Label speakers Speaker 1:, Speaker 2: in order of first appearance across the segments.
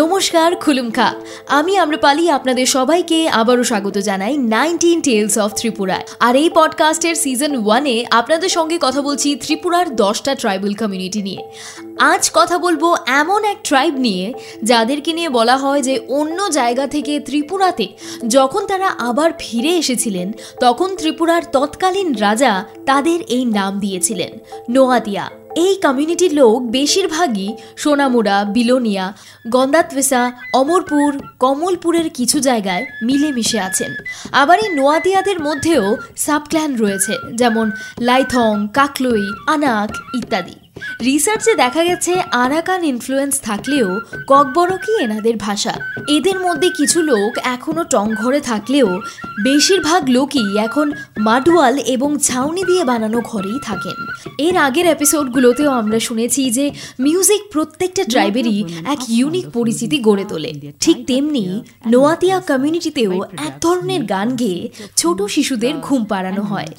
Speaker 1: নমস্কার খুলুমখা আমি আম্রপালি আপনাদের সবাইকে আবারও স্বাগত জানাই নাইনটিন টেলস অফ ত্রিপুরায় আর এই পডকাস্টের সিজন ওয়ানে আপনাদের সঙ্গে কথা বলছি ত্রিপুরার দশটা ট্রাইবাল কমিউনিটি নিয়ে আজ কথা বলবো এমন এক ট্রাইব নিয়ে যাদেরকে নিয়ে বলা হয় যে অন্য জায়গা থেকে ত্রিপুরাতে যখন তারা আবার ফিরে এসেছিলেন তখন ত্রিপুরার তৎকালীন রাজা তাদের এই নাম দিয়েছিলেন নোয়াদিয়া এই কমিউনিটির লোক বেশিরভাগই সোনামুড়া বিলোনিয়া গন্দাতভেসা অমরপুর কমলপুরের কিছু জায়গায় মিলেমিশে আছেন আবার এই নোয়াদিয়াদের মধ্যেও সাবক্ল্যান রয়েছে যেমন লাইথং কাকলই আনাক ইত্যাদি রিসার্চে দেখা গেছে আরাকান ইনফ্লুয়েন্স থাকলেও ককবরকই এনাদের ভাষা এদের মধ্যে কিছু লোক এখনও টংঘরে থাকলেও বেশিরভাগ লোকই এখন মাডুয়াল এবং ছাউনি দিয়ে বানানো ঘরেই থাকেন এর আগের এপিসোডগুলোতেও আমরা শুনেছি যে মিউজিক প্রত্যেকটা ট্রাইবেরই এক ইউনিক পরিচিতি গড়ে তোলে ঠিক তেমনি নোয়াতিয়া কমিউনিটিতেও এক ধরনের গান গেয়ে ছোট শিশুদের ঘুম পাড়ানো হয়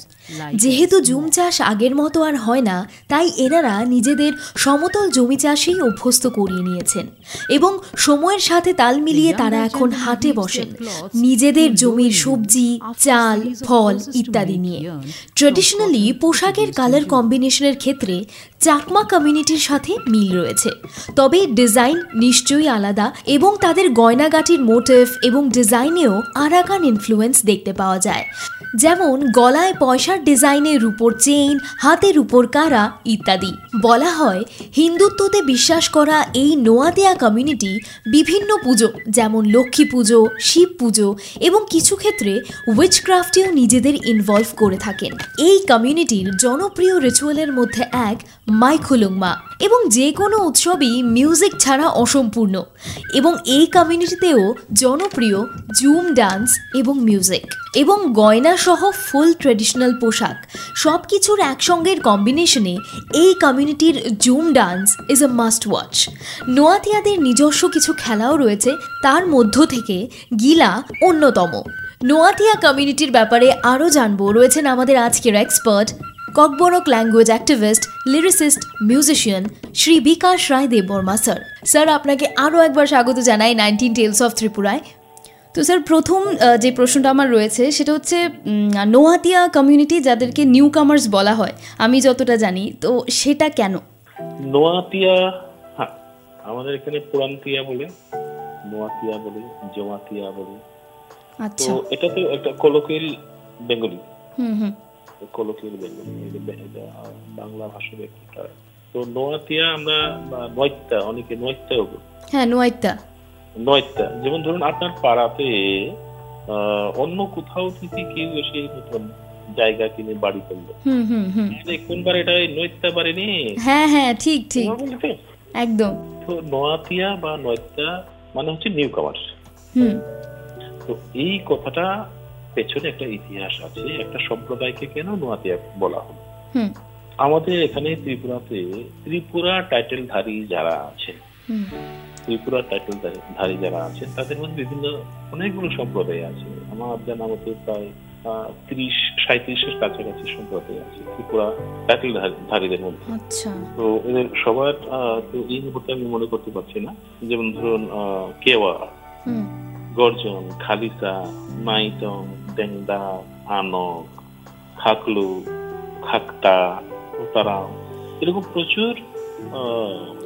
Speaker 1: যেহেতু জুম চাষ আগের মতো আর হয় না তাই এনারা নিজেদের সমতল জমি চাষেই অভ্যস্ত করিয়ে নিয়েছেন এবং সময়ের সাথে তাল মিলিয়ে তারা এখন হাটে বসেন নিজেদের জমির সবজি চাল ফল ইত্যাদি নিয়ে ট্রেডিশনালি পোশাকের কালার কম্বিনেশনের ক্ষেত্রে চাকমা কমিউনিটির সাথে মিল রয়েছে তবে ডিজাইন নিশ্চয়ই আলাদা এবং তাদের গয়নাগাটির মোটিভ এবং ডিজাইনেও আরাকান ইনফ্লুয়েন্স দেখতে পাওয়া যায় যেমন গলায় পয়সার ডিজাইনের উপর চেইন হাতের উপর কারা ইত্যাদি বলা হয় হিন্দুত্বতে বিশ্বাস করা এই নোয়াদিয়া কমিউনিটি বিভিন্ন পুজো যেমন লক্ষ্মী পুজো শিব পুজো এবং কিছু ক্ষেত্রে উইচক্রাফটেও নিজেদের ইনভলভ করে থাকেন এই কমিউনিটির জনপ্রিয় রিচুয়ালের মধ্যে এক মাইখুলুংমা এবং যে কোনো উৎসবই মিউজিক ছাড়া অসম্পূর্ণ এবং এই কমিউনিটিতেও জনপ্রিয় জুম ডান্স এবং মিউজিক এবং গয়না সহ ফুল ট্রেডিশনাল পোশাক সব কিছুর একসঙ্গের কম্বিনেশনে এই কমিউনিটির jhum dance is a must watch নোয়াতিয়াদের নিজস্ব কিছু খেলাও রয়েছে তার মধ্য থেকে গিলা অন্যতম নোয়াতিয়া কমিউনিটির ব্যাপারে আরও জানবো রয়েছেন আমাদের আজকের expert Kokborok language activist lyricist musician Shri Bikash Roy Debbarma sir sir আপনাকে আরও একবার স্বাগত জানাই নাইনটিন টেলস অফ ত্রিপুরায়
Speaker 2: তো স্যার প্রথম আহ, যে প্রশ্নটা আমার রয়েছে সেটা হচ্ছে উম, নোয়াতিয়া কমিউনিটি যাদেরকে নিউ কামার্স বলা হয় আমি যতটা জানি তো সেটা কেন
Speaker 3: নোয়াতিয়া হ্যাঁ আমাদের এখানে পুরান্তিয়া বলে নোয়াতিয়া বলে জমাতিয়া বলে তো
Speaker 2: আচ্ছা
Speaker 3: এটা তো একটা colloquial Bengali
Speaker 2: hmm hmm
Speaker 3: colloquial Bengali এটা বে- এটা বাংলা ভাষা ব্যক্তিটা তো নোয়াতিয়া আমরা বা নয়ত্যা অনেকে নয়ত্যাও বলি
Speaker 2: হ্যাঁ নোয়াইতা
Speaker 3: নয়ত্যা যেমন ধরুন আপনার পাড়াতে আহ, অন্য কোথাও থেকে কেউ এসে নতুন জায়গা কিনে বাড়ি করলো
Speaker 2: হুম হুম হুম
Speaker 3: মানে কোনবার এটা নৈত্যা বাড়ি নেই
Speaker 2: হ্যাঁ হ্যাঁ ঠিক ঠিক একদম
Speaker 3: তো নোয়াতিয়া বা নয়ত্যা মানে হচ্ছে নিউ কামার্স
Speaker 2: হুম
Speaker 3: তো এই কথাটা পেছনে একটা ইতিহাস আছে একটা সম্প্রদায়কে কেন নোয়াতিয়া বলা হলো
Speaker 2: হুম
Speaker 3: আমাদের এখানে ত্রিপুরাতে ত্রিপুরা টাইটেলধারী যারা আছেন
Speaker 2: হুম
Speaker 3: ত্রিপুরা টাইটেলধারী যারা আছেন তাদের মধ্যে বিভিন্ন অনেকগুলো সম্প্রদায় আছে আমার জানা মতে প্রায় আহ, ত্রিশ সাঁত্রিশের কাছাকাছি সম্প্রদায় আছে ত্রিপুরা টাইটেলধারীদের মধ্যে
Speaker 2: আচ্ছা
Speaker 3: তো এদের সবার আহ, তো এই মুহূর্তে আমি মনে করতে পারছি না যেমন ধরুন আহ, কেওয়া
Speaker 2: হুম
Speaker 3: গর্জন খালিসা মাইতং ডেংদা আনক খাকলু খাকতা তারা এরকম প্রচুর আহ,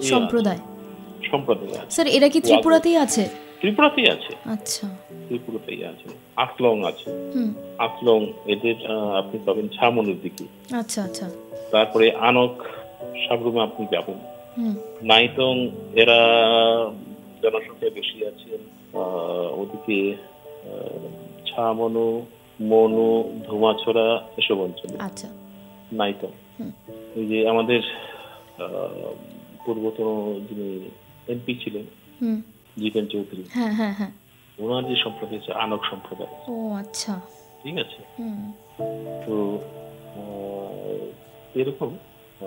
Speaker 3: ইয়ে
Speaker 2: সম্প্রদায়
Speaker 3: আছে, সম্প্রদায় আছে
Speaker 2: স্যার এরা কি ত্রিপুরাতেই আছে
Speaker 3: ত্রিপুরাতেই আছে
Speaker 2: আচ্ছা
Speaker 3: ত্রিপুরাতেই আছে আতলং আছে
Speaker 2: হুম
Speaker 3: আতলং এদের আহ, আপনি পাবেন ঝামনের দিকে
Speaker 2: আচ্ছা আচ্ছা
Speaker 3: তারপরে আনক সাবরুমে আপনি যাবেন
Speaker 2: হুম
Speaker 3: নাইতং এরা জনসংখ্যা বেশি আছেন আহ, ওদিকে আহ, ছামনু মনু ধুমাছড়া এসব অঞ্চলে
Speaker 2: আচ্ছা
Speaker 3: নাইতং
Speaker 2: হুম।
Speaker 3: এই যে আমাদের আহ, পূর্বতন যিনি এমপি ছিলেন
Speaker 2: হুম
Speaker 3: জিতেন চৌধুরী
Speaker 2: হ্যাঁ হ্যাঁ হ্যাঁ
Speaker 3: ওনার যে সম্প্রদায় আছে আনক সম্প্রদায়
Speaker 2: ও আচ্ছা
Speaker 3: ঠিক আছে
Speaker 2: হুম
Speaker 3: তো আহ, এরকম আহ,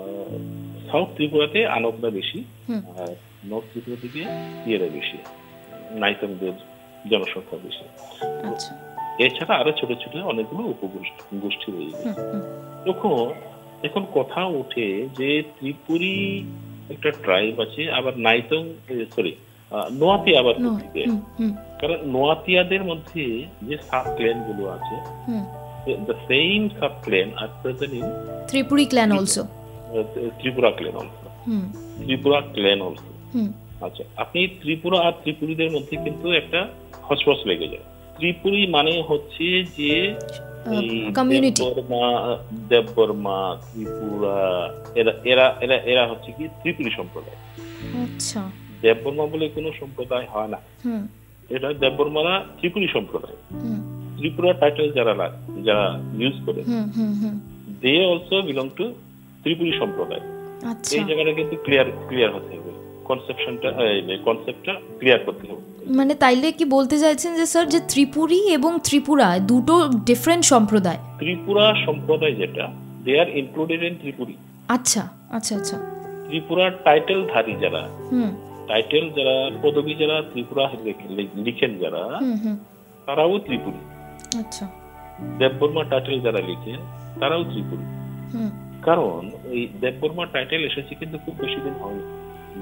Speaker 3: সাউথ ত্রিপুরাতে আনকরা বেশি
Speaker 2: হুম
Speaker 3: আর নর্থ ত্রিপুরা দিকে ইয়েরা বেশি নাইতনদের জনসংখ্যা বেশি
Speaker 2: আচ্ছা
Speaker 3: এছাড়া আরো ছোট ছোট অনেকগুলো উপগোষ্ঠী গোষ্ঠী রয়েছে
Speaker 2: হুম হুম
Speaker 3: তখন এখন কথা ওঠে যে ত্রিপুরি একটা ট্রাইব আছে আবার নাইতং সরি আহ, নোয়াতিয়া আবার
Speaker 2: নো-
Speaker 3: বুদ্ধি দেয়
Speaker 2: হুম, হুম,
Speaker 3: কারণ নোয়াতিয়াদের মধ্যে যে সাব ক্লেন গুলো আছে
Speaker 2: হুম।
Speaker 3: The same sub clan are present in
Speaker 2: Tripuri clan also
Speaker 3: Tripura clan also
Speaker 2: hmm
Speaker 3: Tripura clan also
Speaker 2: হুম
Speaker 3: আচ্ছা আপনি ত্রিপুরা আর ত্রিপুরীদের মধ্যে কিন্তু একটা হসপস লেগে যায় ত্রিপুরী মানে হচ্ছে যে এই
Speaker 2: community.
Speaker 3: দেববর্মা দেববর্মা ত্রিপুরা এরা এরা এরা এরা হচ্ছে কি ত্রিপুরী সম্প্রদায়
Speaker 2: আচ্ছা
Speaker 3: দেববর্মা বলে কোনো সম্প্রদায় হয় না
Speaker 2: হুম
Speaker 3: এটা দেববর্মারা ত্রিপুরী সম্প্রদায়
Speaker 2: হুম
Speaker 3: ত্রিপুরা টাইটেল যারা লা- যারা ইউজ করে
Speaker 2: হুম হুম হুম
Speaker 3: they also belong to Tripuri সম্প্রদায়
Speaker 2: আচ্ছা
Speaker 3: এই জায়গাটা কিন্তু ক্লিয়ার ক্লিয়ার হতে হবে কনসেপশনটা কনসেপ্টটা ক্লিয়ার করতে হবে
Speaker 2: মানে তাইলে কি বলতে চাইছেন যে স্যার যে ত্রিপুরী এবং ত্রিপুরা দুটো ডিফারেন্ট সম্প্রদায়
Speaker 3: ত্রিপুরা সম্প্রদায় যেটা they are included in Tripuri
Speaker 2: আচ্ছা আচ্ছা আচ্ছা
Speaker 3: ত্রিপুরার টাইটেল ধারী যারা
Speaker 2: হুম
Speaker 3: টাইটেল যারা পদবী যারা ত্রিপুরা লেখ- লে- লিখেন যারা
Speaker 2: হুম হুম
Speaker 3: তারাও ত্রিপুরি
Speaker 2: আচ্ছা
Speaker 3: দেববর্মা টাইটেল যারা লিখেন তারাও ত্রিপুরি
Speaker 2: হুম
Speaker 3: কারণ এই দেববর্মা টাইটেল এসেছে কিন্তু খুব বেশি দিন হয়নি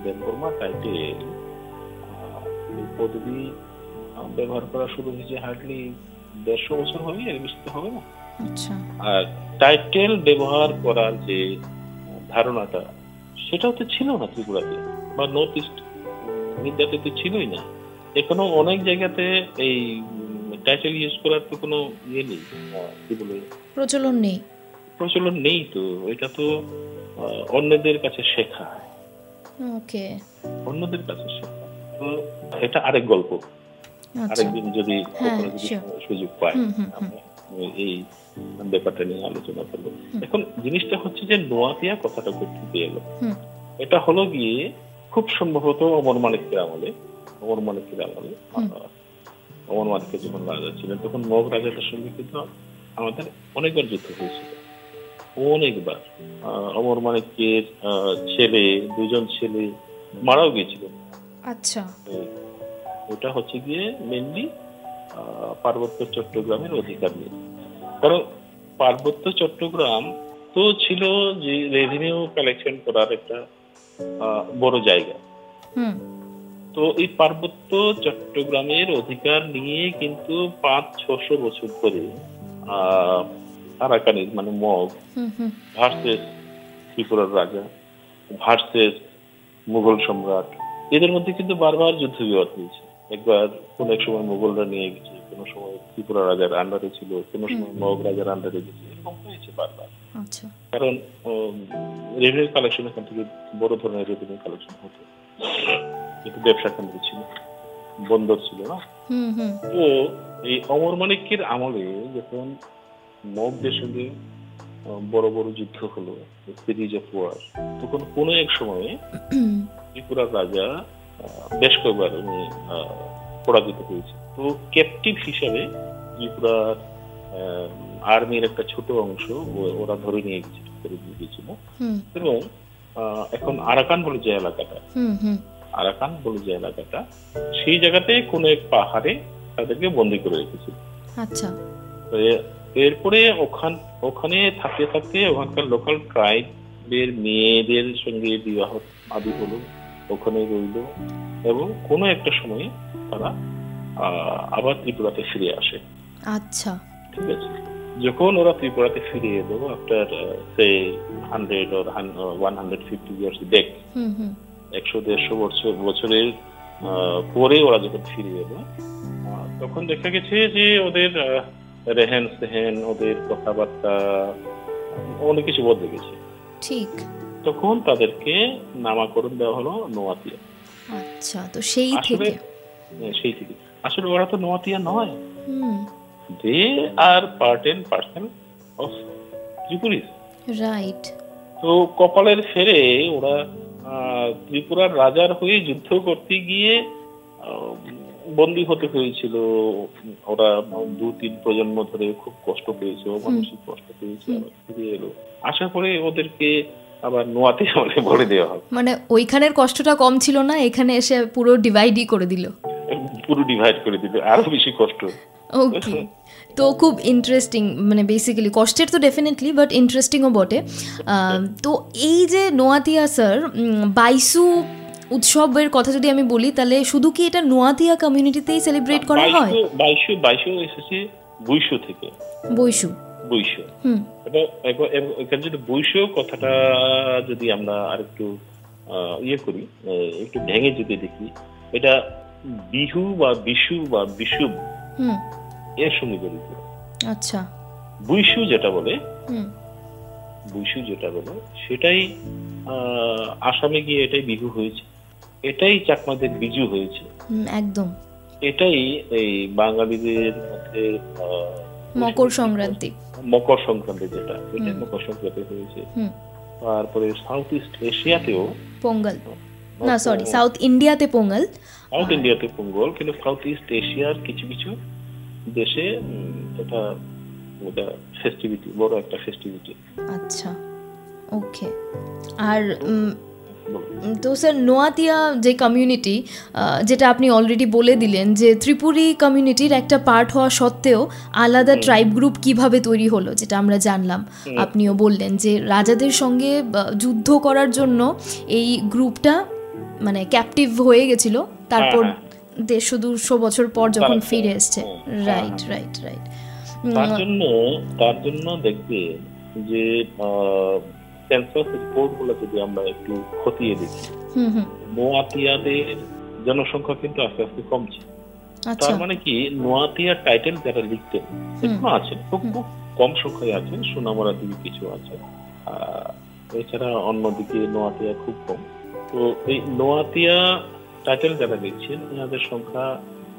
Speaker 3: দেববর্মা টাইটেল পদবী আহ, ব্যবহার করা শুরু হয়েছে হার্ডলি দেড়শো বছর হবে এর বেশি তো হবে না
Speaker 2: আচ্ছা
Speaker 3: আর টাইটেল ব্যবহার করার যে ধারণাটা সেটাও তো ছিল না ত্রিপুরাতে বা নর্থ ইস্ট মিডিয়াতে তো ছিলই না এখনো অনেক জায়গাতে এই টাইটেল ইউজ করার তো কোনো ইয়ে নেই আহ, কি বলে
Speaker 2: প্রচলন নেই
Speaker 3: প্রচলন নেই তো এটা তো আহ, অন্যদের কাছে শেখা
Speaker 2: ওকে
Speaker 3: অন্যদের কাছে শেখা তো এটা আরেক গল্প
Speaker 2: আচ্ছা
Speaker 3: আরেকদিন যদি
Speaker 2: হ্যাঁ,
Speaker 3: কখনো যদি
Speaker 2: sure.
Speaker 3: সুযোগ পায়
Speaker 2: হুম, হুম, হুম।
Speaker 3: আমরা এই ব্যাপারটা নিয়ে আলোচনা করবো এখন জিনিসটা হচ্ছে যে নোয়াতিয়া কথাটা করতে এলো
Speaker 2: হুম
Speaker 3: এটা হলো গিয়ে খুব সম্ভবত অমর মালিকের আমলে অমর মালিকের আমলে আহ, অমর মালিকের যখন রাজা ছিলেন তখন মগ রাজাদের সঙ্গে কিন্তু আমাদের অনেকবার যুদ্ধ হয়েছিল অনেকবার আহ, অমর মালিকের আহ, ছেলে দুজন ছেলে মারাও গিয়েছিল
Speaker 2: আচ্ছা
Speaker 3: এই, ওটা হচ্ছে গিয়ে মেনলি পার্বত্য চট্টগ্রামের অধিকার নিয়ে কারণ পার্বত্য চট্টগ্রাম তো ছিল যে রেভিনিউ কালেকশন করার একটা আহ, বড় জায়গা
Speaker 2: হুম
Speaker 3: তো এই পার্বত্য চট্টগ্রামের অধিকার নিয়ে কিন্তু পাঁচ ছশো বছর ধরে আহ, আরাকানিজ মানে মগ
Speaker 2: হুম হুম
Speaker 3: ভার্সেস ত্রিপুরার রাজা ভার্সেস মুঘল সম্রাট এদের মধ্যে কিন্তু বারবার যুদ্ধ বিবাদ হয়েছে একবার কোন এক সময় মুঘলরা নিয়ে গেছে কোন সময় ত্রিপুরা রাজার আন্ডারে ছিল কোন সময় মগ রাজার আন্ডারে গেছে এরকম হয়েছে বারবার
Speaker 2: আচ্ছা
Speaker 3: কারণ রেভিনিউ কালেকশন এখান থেকে বড় ধরনের রেভিনিউ কালেকশন হতো কিন্তু ব্যবসা কেন্দ্র ছিল বন্দর ছিল না
Speaker 2: হুম হুম
Speaker 3: তো এই অমর মানিক্যের আমলে যখন মগদের সঙ্গে আহ, বড় বড় যুদ্ধ হলো সিরিজ অফ ওয়ার তখন কোনো এক সময়ে ত্রিপুরার রাজা আহ, বেশ কয়েকবার উনি আহ, পরাজিত হয়েছে তো ক্যাপটিভ হিসাবে ত্রিপুরার আর্মির একটা ছোট অংশ ও- ওরা ধরে নিয়ে গেছিল ধরে নিয়ে গেছিল
Speaker 2: হুম
Speaker 3: এবং আহ, এখন আরাকান বলে যে এলাকাটা
Speaker 2: হুম হুম
Speaker 3: আরাকান বলে যে এলাকাটা সেই জায়গাতে কোনো এক পাহাড়ে তাদেরকে বন্দি করে রেখেছিল
Speaker 2: আচ্ছা
Speaker 3: তো এ- এরপরে ওখান ওখানে থাকতে থাকতে ওখানকার লোকাল ট্রাইবের মেয়েদের সঙ্গে বিবাহ আদি হলো ওখানে রইল এবং কোনো একটা সময়ে তারা আহ, আবার ত্রিপুরাতে ফিরে আসে
Speaker 2: আচ্ছা
Speaker 3: ঠিক আছে যখন ওরা ত্রিপুরাতে ফিরে এলো after say hundred or one hundred fifty years back
Speaker 2: hmm hmm
Speaker 3: একশো দেড়শো বছর বছরের আহ, পরে ওরা যখন ফিরে এলো আহ, তখন দেখা গেছে যে ওদের আহ, রেহেন সেহেন ওদের কথাবার্তা অনেক কিছু বদলে গেছে
Speaker 2: ঠিক
Speaker 3: তখন তাদেরকে নামাকরণ দেওয়া হলো নোয়াতিয়া
Speaker 2: আচ্ছা তো সেই
Speaker 3: আসলে
Speaker 2: থেকে
Speaker 3: হ্যাঁ, সেই থেকে আসলে ওরা তো নোয়াতিয়া নয়
Speaker 2: hmm
Speaker 3: they are part and percent of Tripuris
Speaker 2: right
Speaker 3: তো কপালের ফেরে ওরা আহ, ত্রিপুরার রাজার হয়ে যুদ্ধ করতে গিয়ে আহ, বন্দী হতে হয়েছিল ওরা দু তিন প্রজন্ম ধরে খুব কষ্ট পেয়েছে মানসিক কষ্ট পেয়েছে আবার ফিরে এলো আশা করে ওদেরকে আবার নোয়াতে আমলে ভরে দেওয়া হবে
Speaker 2: মানে ওইখানের কষ্টটা কম ছিল না এখানে এসে পুরো ডিভাইডই করে দিল
Speaker 3: পুরো ডিভাইড করে দিল আরো বেশি কষ্ট
Speaker 2: ওকে তো খুব ইন্টারেস্টিং মানে বেসিক্যালি কষ্টের তো ডেফিনেটলি বাট ইন্টারেস্টিংও বটে আহ, তো এই যে নোয়াতিয়া স্যার বাইসু
Speaker 1: উৎসবের কথা যদি আমি বলি তাহলে শুধু কি এটা নোয়াতিয়া কমিউনিটিতেই সেলিব্রেট করা হয়
Speaker 3: বাইশো বাইশো এসেছে বৈশ্য থেকে
Speaker 1: বৈশু
Speaker 3: বৈশ্য
Speaker 1: হুম
Speaker 3: এবার এবার- এবার- এখানে যদি বৈশ্য কথাটা যদি আমরা আরেকটু আহ, ইয়ে করি আহ, একটু ভেঙে যদি দেখি এটা বিহু বা বিশু বা বিশু
Speaker 1: হুম
Speaker 3: এর সঙ্গে জড়িত
Speaker 1: আচ্ছা
Speaker 3: বৈশু যেটা বলে
Speaker 1: হুম
Speaker 3: বৈশু যেটা বলে সেটাই আহ, আসামে গিয়ে এটাই বিহু হয়েছে এটাই চাকমাদের বিজু হয়েছে
Speaker 1: হুম, একদম
Speaker 3: এটাই এই বাঙালিদের মধ্যে আহ,
Speaker 1: মকর সংক্রান্তি
Speaker 3: মকর সংক্রান্তি যেটা এটা
Speaker 1: হুম।
Speaker 3: মকর সংক্রান্তি হয়েছে
Speaker 1: হুম
Speaker 3: তারপরে সাউথ ইস্ট এশিয়াতেও
Speaker 1: পোঙ্গল না সরি সাউথ ইন্ডিয়াতে পোঙ্গল
Speaker 3: সাউথ ইন্ডিয়াতে পোঙ্গল কিন্তু সাউথ ইস্ট এশিয়ার কিছু কিছু দেশে উম, এটা ওটা ফেস্টিভিটি বড় একটা ফেস্টিভিটি
Speaker 1: আচ্ছা ওকে আর উম, উম, তো স্যার নোয়াতিয়া যে কমিউনিটি যেটা আপনি অলরেডি বলে দিলেন যে ত্রিপুরী কমিউনিটির একটা পার্ট হওয়া সত্ত্বেও আলাদা ট্রাইব গ্রুপ কিভাবে তৈরি হলো যেটা আমরা জানলাম আপনিও বললেন যে রাজাদের সঙ্গে বা, যুদ্ধ করার জন্য এই গ্রুপটা মানে ক্যাপটিভ হয়ে গেছিল তারপর
Speaker 3: হ্যাঁ,
Speaker 1: দেড়শো দুশো বছর পর যখন
Speaker 3: তারপর,
Speaker 1: ফিরে এসছে
Speaker 3: হ্যাঁ,
Speaker 1: রাইট
Speaker 3: হ্যাঁ।
Speaker 1: রাইট রাইট
Speaker 3: তার জন্য তার জন্য দেখবে যে ক্যান্সার রিপোর্ট গুলো যদি আমরা একটু খতিয়ে দেখি
Speaker 1: হুম হুম
Speaker 3: নোয়াতিয়াদের জনসংখ্যা কিন্তু আস্তে আস্তে কমছে
Speaker 1: আচ্ছা
Speaker 3: তার মানে কি নোয়াতিয়ার টাইটেল যারা লিখতেন এখনো আছেন খুব খুব কম সংখ্যায় আছেন সোনামরা দিকে কিছু আছে আহ, এছাড়া অন্যদিকে নোয়াতিয়া খুব কম তো এই নোয়াতিয়া টাইটেল যারা লিখছেন এনাদের সংখ্যা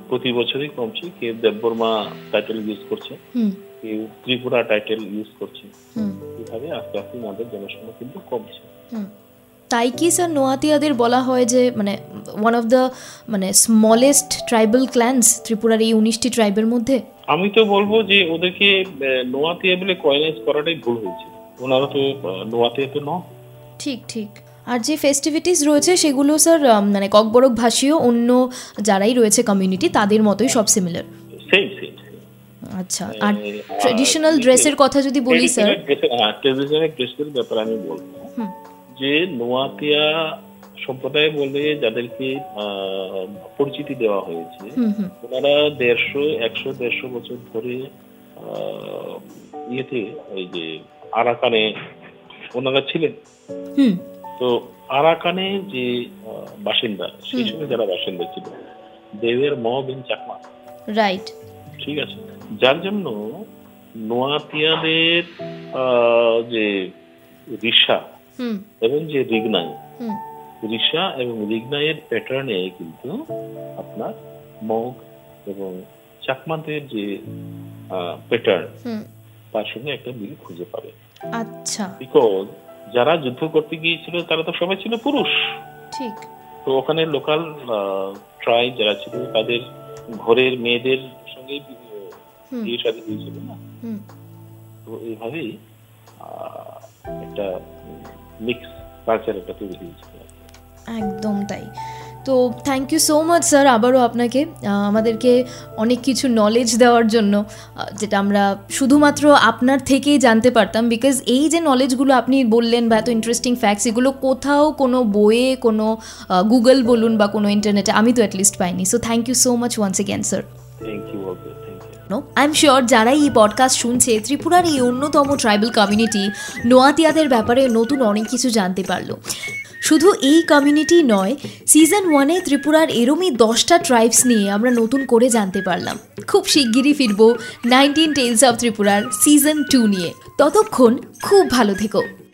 Speaker 3: প্রতি বছরই কমছে কেউ দেববর্মা টাইটেল ইউজ করছে
Speaker 1: হুম
Speaker 3: কেউ ত্রিপুরা টাইটেল ইউজ করছে
Speaker 1: হুম
Speaker 3: এভাবে আস্তে আস্তে এনাদের জনসংখ্যা কিন্তু কমছে
Speaker 1: হুম। তাই কি স্যার নোয়াতিয়াদের বলা হয় যে মানে ওয়ান অফ দ্য মানে স্মলেস্ট ট্রাইবাল ক্ল্যান্স ত্রিপুরার এই উনিশটি ট্রাইবের মধ্যে
Speaker 3: আমি তো বলবো যে ওদেরকে আহ, নোয়াতিয়া বলে কয়েনাইজ করাটাই ভুল হয়েছে ওনারা তো আহ, নোয়াতিয়া তো নন
Speaker 1: ঠিক ঠিক আর যে ফেস্টিভিটিস রয়েছে সেগুলো স্যার আম, মানে ককবরক ভাষীয় অন্য যারাই রয়েছে কমিউনিটি তাদের মতোই সব সিমিলার
Speaker 3: সেম সেম
Speaker 1: আচ্ছা আর
Speaker 3: Uh,
Speaker 1: ট্রেডিশনাল ড্রেসের কথা যদি বলি স্যার
Speaker 3: ট্রেডিশনাল ড্রেসের ব্যাপারে আমি বলবো
Speaker 1: হুম
Speaker 3: যে নোয়াতিয়া সম্প্রদায় বলে যাদেরকে আহ, পরিচিতি দেওয়া হয়েছে
Speaker 1: হুম হুম
Speaker 3: ওনারা দেড়শো একশো দেড়শো বছর ধরে আহ, ইয়েতে ওই যে আরাকানে ওনারা ছিলেন
Speaker 1: হুম
Speaker 3: তো আরাকানে যে আহ, বাসিন্দা সেই সময় যারা বাসিন্দা ছিল দেবের মগ ইন চাকমা
Speaker 1: রাইট
Speaker 3: ঠিক আছে যার জন্য নোয়াতিয়াদের আহ, যে রিসা
Speaker 1: হুম
Speaker 3: এবং যে রিগনাই
Speaker 1: হুম
Speaker 3: রিসা এবং রিগনাইয়ের প্যাটার্নে কিন্তু আপনার মগ এবং চাকমাদের যে প্যাটার্ন
Speaker 1: হুম
Speaker 3: তার সঙ্গে একটা মিল খুঁজে পাবে
Speaker 1: আচ্ছা
Speaker 3: বিকজ যারা যুদ্ধ করতে গিয়েছিল তারা তো সবাই ছিল পুরুষ
Speaker 1: ঠিক
Speaker 3: তো ওখানে লোকাল ট্রাই যারা ছিল তাদের ঘরের মেয়েদের সঙ্গে
Speaker 1: হুম।
Speaker 3: বিয়ে শাদী হয়েছিল না
Speaker 1: হুম
Speaker 3: তো এইভাবেই আহ, একটা মিক্স কালচার একটা তৈরি হয়েছিল
Speaker 1: একদম তাই তো thank you so much sir আবারও আপনাকে আহ, আমাদেরকে অনেক কিছু নলেজ দেওয়ার জন্য আহ, যেটা আমরা শুধুমাত্র আপনার থেকেই জানতে পারতাম বিকজ এই যে নলেজগুলো আপনি বললেন বা এত ইন্টারেস্টিং ফ্যাক্টস এগুলো কোথাও কোনো বইয়ে কোনো গুগল বলুন বা কোনো ইন্টারনেটে আমি তো অ্যাটলিস্ট পাইনি so thank you so much once again sir
Speaker 3: thank you also thank you
Speaker 4: I am sure যারা এই পডকাস্ট শুনছে ত্রিপুরার এই অন্যতম ট্রাইবাল কমিউনিটি নোয়াতিয়াদের ব্যাপারে নতুন অনেক কিছু জানতে পারলো শুধু এই কমিউনিটি নয় সিজন ওয়ানে ত্রিপুরার এরমই দশটা ট্রাইবস নিয়ে আমরা নতুন করে জানতে পারলাম খুব শিগগিরই ফিরবো নাইনটিন টেলস অফ ত্রিপুরার সিজন টু নিয়ে ততক্ষণ খুব ভালো থেকো